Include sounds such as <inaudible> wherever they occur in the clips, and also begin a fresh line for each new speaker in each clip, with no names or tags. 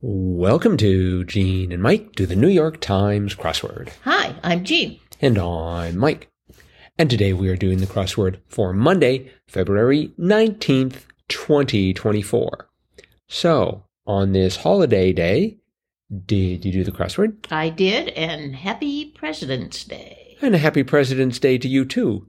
Welcome to Gene and Mike do the New York Times crossword.
Hi, I'm Jean.
And I'm Mike. And today we are doing the crossword for Monday, February 19th, 2024. So, on this holiday day, did you do the crossword?
I did, and happy President's Day.
And a happy President's Day to you too.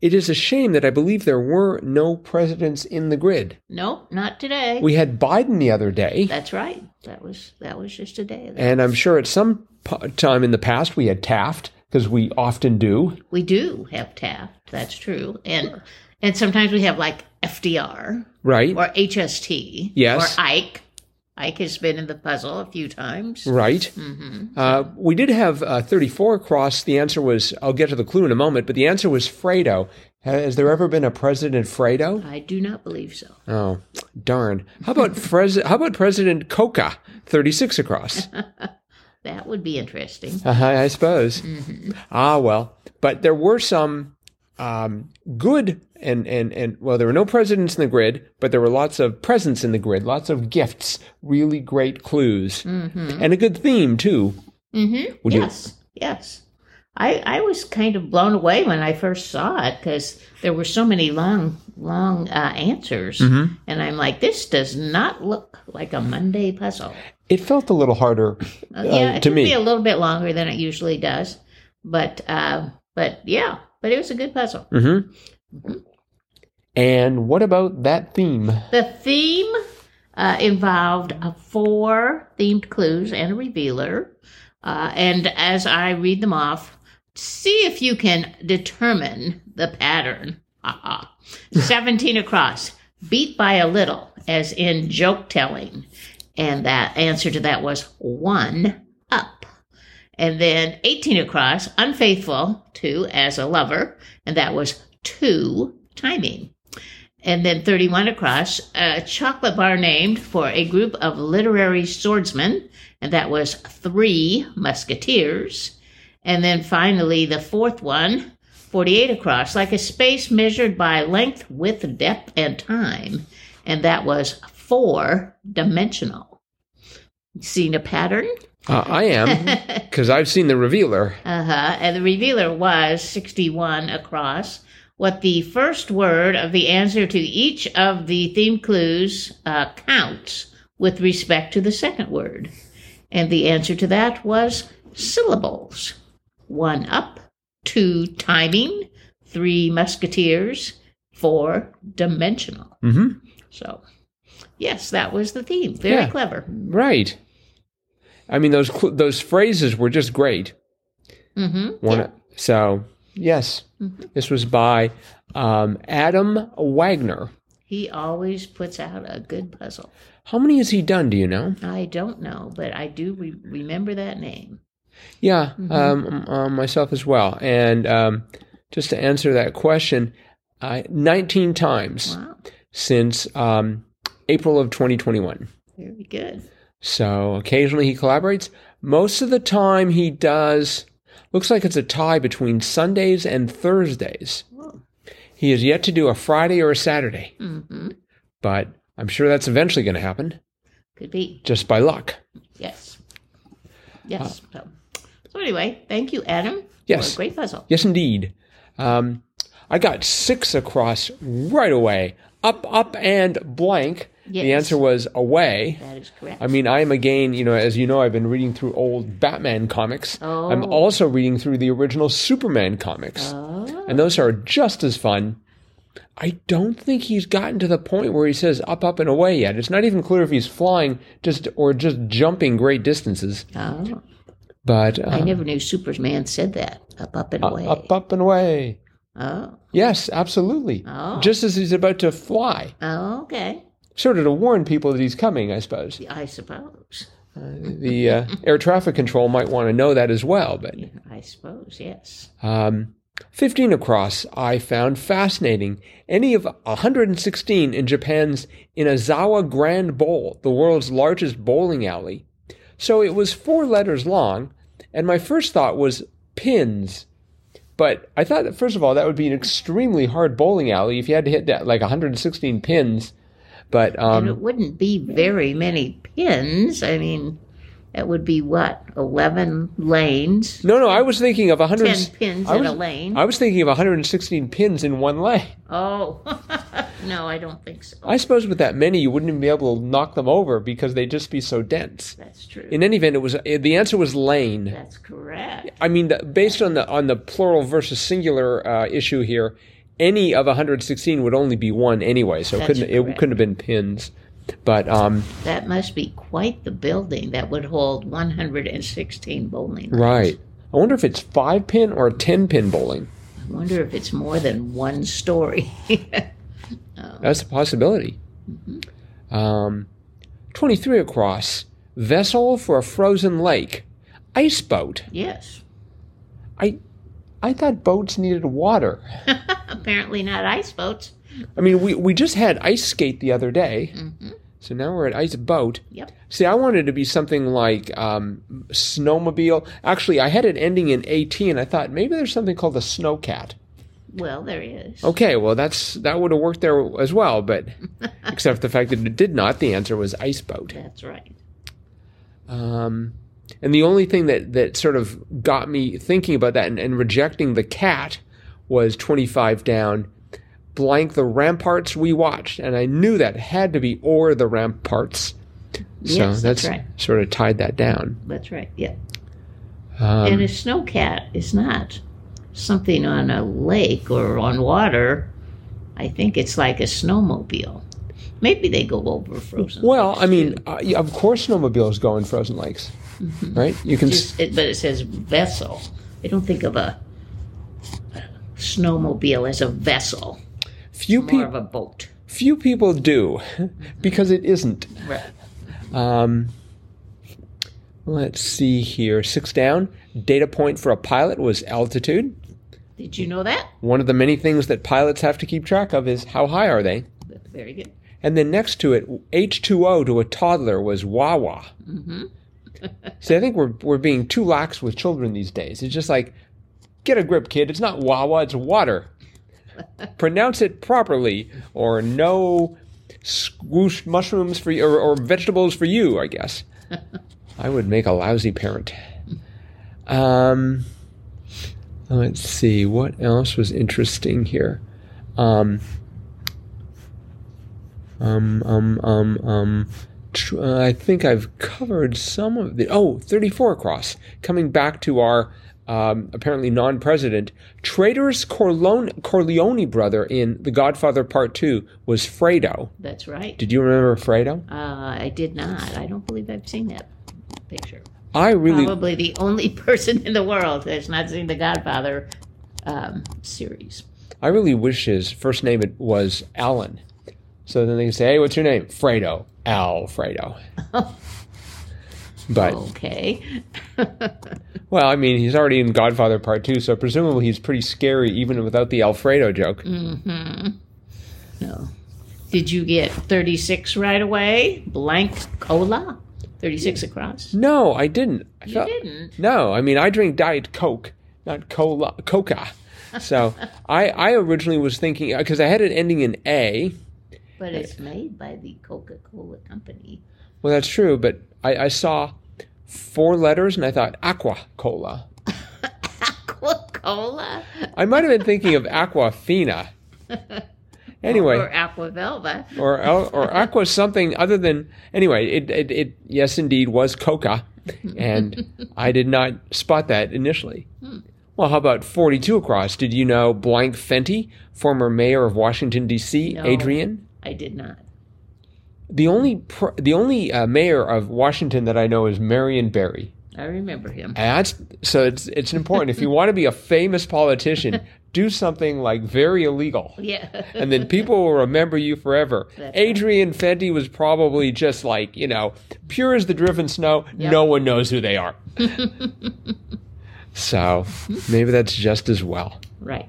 It is a shame that I believe there were no presidents in the grid.
Nope, not today.
We had Biden the other day.
That's right. That was that was just a day.
And I'm sure at some po- time in the past we had Taft, because we often do.
we do have Taft. That's true. And and sometimes we have like FDR
Right.
or HST.
Yes.
Or Ike. Ike has been in the puzzle a few times.
Right. Uh, we did have uh, 34 across. The answer was, I'll get to the clue in a moment, but the answer was Fredo. Has there ever been a President Fredo?
I do not believe so.
Oh, darn. How about, Fres- how about President Coca, 36 across?
That would be interesting.
Uh-huh, I suppose. Ah, well, but there were some um, good and and and well, there were no presidents in the grid, but there were lots of presents in the grid, lots of gifts, really great clues, and a good theme too.
Mm-hmm.
Would you-
yes, yes. I I was kind of blown away when I first saw it because there were so many long long uh, answers,
Mm-hmm.
and I'm like, this does not look like a Monday puzzle.
It felt a little harder uh,
yeah, it
to
took
me.
a little bit longer than it usually does, but uh, but yeah, but it was a good puzzle.
Mhm. And what about that theme?
The theme uh, involved uh, four themed clues and a revealer. Uh, and as I read them off, see if you can determine the pattern. Haha. 17 across, beat by a little, as in joke telling. And that answer to that was one up. And then 18 across, unfaithful to as a lover. And that was two timing and then 31 across, a chocolate bar named for a group of literary swordsmen, and that was Three Musketeers. And then finally, the fourth one, 48 across, like a space measured by length, width, depth, and time, and that was four dimensional. Seen a pattern?
Uh, I am because I've seen the revealer.
Uh huh. And the revealer was 61 across. What the first word of the answer to each of the theme clues uh, counts with respect to the second word. And the answer to that was syllables one up, two timing, three musketeers, four dimensional.
hmm
So, yes, that was the theme. Very
Yeah.
clever.
Right. I mean, those cl- those phrases were just great.
hmm
One, So, yes, this was by um, Adam Wagner.
He always puts out a good puzzle.
How many has he done? Do you know?
I don't know, but I do re- remember that name.
Yeah, um, um, myself as well. And um, just to answer that question, uh, 19 times
Wow,
since um, April of 2021.
very good.
So occasionally he collaborates. Most of the time he does. Looks like it's a tie between Sundays and Thursdays.
Whoa.
He has yet to do a Friday or a Saturday,
hmm
but I'm sure that's eventually going to happen
Could be.
just by luck.
Yes. Yes. So, so anyway, thank you, Adam.
Yes.
For a great puzzle.
Yes, indeed. Um, I got six across right away. Up, up, and blank. The
Yes.
answer was away.
That is correct.
I mean, I am again, you know, as you know, I've been reading through old Batman comics. I'm
Oh.
also reading through the original Superman comics.
oh,
And those are just as fun. I don't think he's gotten to the point where he says up, up, and away yet. It's not even clear if he's flying just or just jumping great distances.
oh.
But
I
uh,
never knew Superman said that. Up, up, and away.
up, up, and away.
Oh,
Yes, absolutely.
Oh.
Just as he's about to fly,
oh, okay.
sort of to warn people that he's coming, I suppose.
I suppose.
The uh, air traffic control might want to know that as well. But
Yeah, I suppose, yes.
um, 15 across, I found fascinating. Any of 116 in Japan's Inazawa Grand Bowl, the world's largest bowling alley. So it was four letters long, and my first thought was pins. But I thought that, first of all, that would be an extremely hard bowling alley if you had to hit that like 116 pins. But
and it
um,
wouldn't be very many pins. I mean, that would be what eleven lanes,
no, no, I was thinking of 100.
ten pins
I
in
was,
a lane.
I was thinking of 116 pins in one lane.
oh, <laughs> no, I don't think so.
I suppose with that many, you wouldn't even be able to knock them over because they'd just be so dense.
That's true.
In any event, it was eh, the answer was lane.
That's correct.
I mean, the- based on the on the plural versus singular uh, issue here, any of 116 would only be one anyway, so it
That's
couldn't it
correct.
couldn't have been pins. But um,
That must be quite the building that would hold 116 bowling. lanes.
right, I wonder if it's five pin or ten pin bowling.
I wonder if it's more than one story. <laughs>
That's a possibility.
Mm-hmm.
Um, 23 across vessel for a frozen lake, ice boat.
yes. <laughs>
I I thought boats needed water.
Apparently not ice boats.
I mean, we we just had ice skate the other day,
Mm-hmm.
so now we're at ice boat.
Yep.
See, I wanted to be something like um, snowmobile. Actually, I had it ending in at, and I thought maybe there's something called a snowcat.
Well, there is.
Okay, well that's that would have worked there as well, but
<laughs>
except the fact that it did not. The answer was ice boat.
That's right.
Um, and the only thing that that sort of got me thinking about that and, and rejecting the cat was 25 down. Blank the ramparts we watched, and I knew that had to be or the ramparts. so
Yes, that's right.
sort of tied that down.
That's right. Yep.
Um,
and a snowcat is not something on a lake or on water. I think it's like a snowmobile. Maybe they go over frozen.
Well,
lakes,
I mean,
too.
uh, yeah, of course, snowmobiles go in frozen lakes, right? You can. s
Mm-hmm. Just- it- but it says vessel. I don't think of a snowmobile as a vessel,
Few
more
people,
of a Mm-hmm. boat.
few people do, because it isn't.
Right.
Um, let's see here. Six down. Data point for a pilot was altitude.
Did you know that?
One of the many things that pilots have to keep track of is how high are they.
Very good.
And then next to it, H2O to a toddler was Wawa. <laughs> See, I think we're, we're being too lax with children these days. It's just like, get a grip, kid. It's not Wawa, it's water. Pronounce it properly, or no squoosh mushrooms for you, or, or vegetables for you, I guess. I would make a lousy parent. Um, let's see, what else was interesting here? Um, um, um, um, um. Tr- uh, I think I've covered some of the. Oh, 34 across. Coming back to our um, apparently non president, traitorous Corleone, Corleone brother in The Godfather Part 2 was Fredo.
That's right.
Did you remember Fredo?
Uh, I did not. I don't believe I've seen that picture.
I really.
Probably the only <laughs> person in the world that's not seen the Godfather um, series.
I really wish his first name it was Alan. So then they can say, hey, what's your name? Fredo. Alfredo. but,
Okay.
well, I mean, he's already in Godfather Part 2, so presumably he's pretty scary even without the Alfredo joke.
No. Did you get 36 right away? Blank cola? 36 across?
No, I didn't. I
You
felt-
didn't.
No, I mean, I drink Diet Coke, not cola, Coca. So I, I originally was thinking, because I had it ending in A.
But it's made by the Coca Cola Company. <laughs>
Well, that's true, but I, I saw four letters and I thought aqua cola.
Coca Cola?
I might have been thinking of Aquafina. Anyway,
Or Aqua Velva?
or or Aqua something other than anyway. It it, it yes indeed was Coca, and I did not spot that initially. Well, how about forty-two across? Did you know blank Fenty, former mayor of Washington D.C.,
No.
Adrian?
I did not.
The only pr- the only uh, mayor of Washington that I know is Marion Barry.
I remember him.
And that's so it's it's important. if you want to be a famous politician, do something like very illegal.
<laughs> Yeah.
and then people will remember you forever.
That's
Adrian Fenty was probably just like, you know, pure as the driven snow. No one knows who they are. so maybe that's just as well.
right.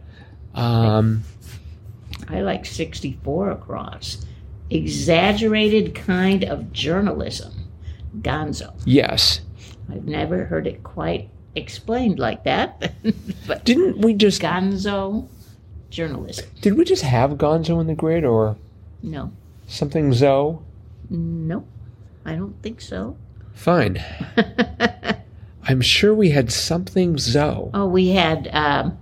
Um,
I like 64 across. Exaggerated kind of journalism. Gonzo.
yes.
I've never heard it quite explained like that. <laughs> but
Didn't we just
Gonzo journalism.
did we just have Gonzo in the grid or
No.
Something Zoe?
Nope. I don't think so.
Fine. I'm sure we had something Zoe.
Oh, we had, um,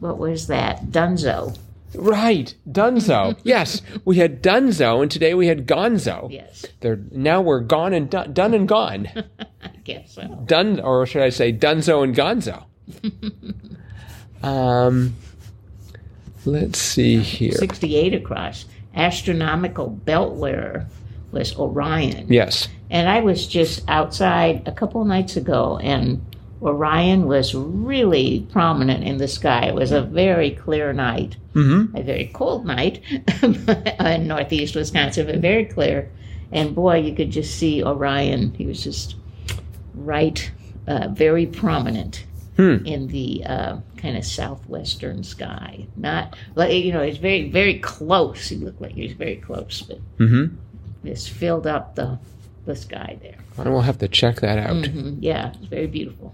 what was that? Dunzo.
Right, Dunzo. yes, we had Dunzo, and today we had Gonzo.
Yes,
They're, now we're gone and done, done and gone.
I guess so.
Dun, or should I say Dunzo and Gonzo? um, let's see here.
68 across. Astronomical belt wearer was Orion.
Yes.
And I was just outside a couple nights ago, and Orion was really prominent in the sky. It was a very clear night,
Mm-hmm.
a very cold night <laughs> in northeast Wisconsin, but very clear. And boy, you could just see Orion. He was just right, uh, very prominent
Hmm.
in the uh, kind of southwestern sky. Not, like you know, it's very, very close. He looked like he was very close, but
Mm-hmm.
just filled up the, the sky there.
I will have to check that out.
Mhm, Yeah, it's very beautiful.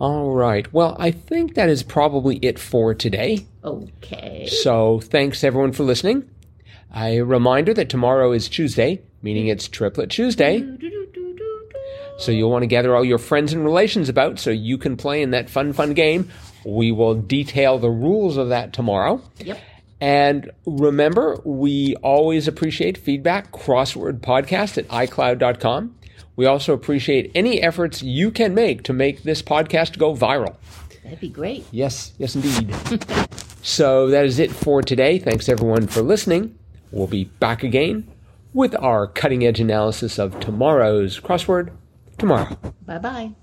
All right. Well, I think that is probably it for today.
Okay.
So thanks everyone for listening. A reminder that tomorrow is Tuesday, meaning it's Triplet Tuesday.
Mm.
So you'll want to gather all your friends and relations about so you can play in that fun, fun game. We will detail the rules of that tomorrow.
Yep.
And remember, we always appreciate feedback, crossword podcast at iCloud.com. We also appreciate any efforts you can make to make this podcast go viral.
That'd be great.
Yes, yes, indeed. <laughs> so that is it for today. Thanks everyone for listening. We'll be back again with our cutting edge analysis of tomorrow's crossword tomorrow.
Bye bye.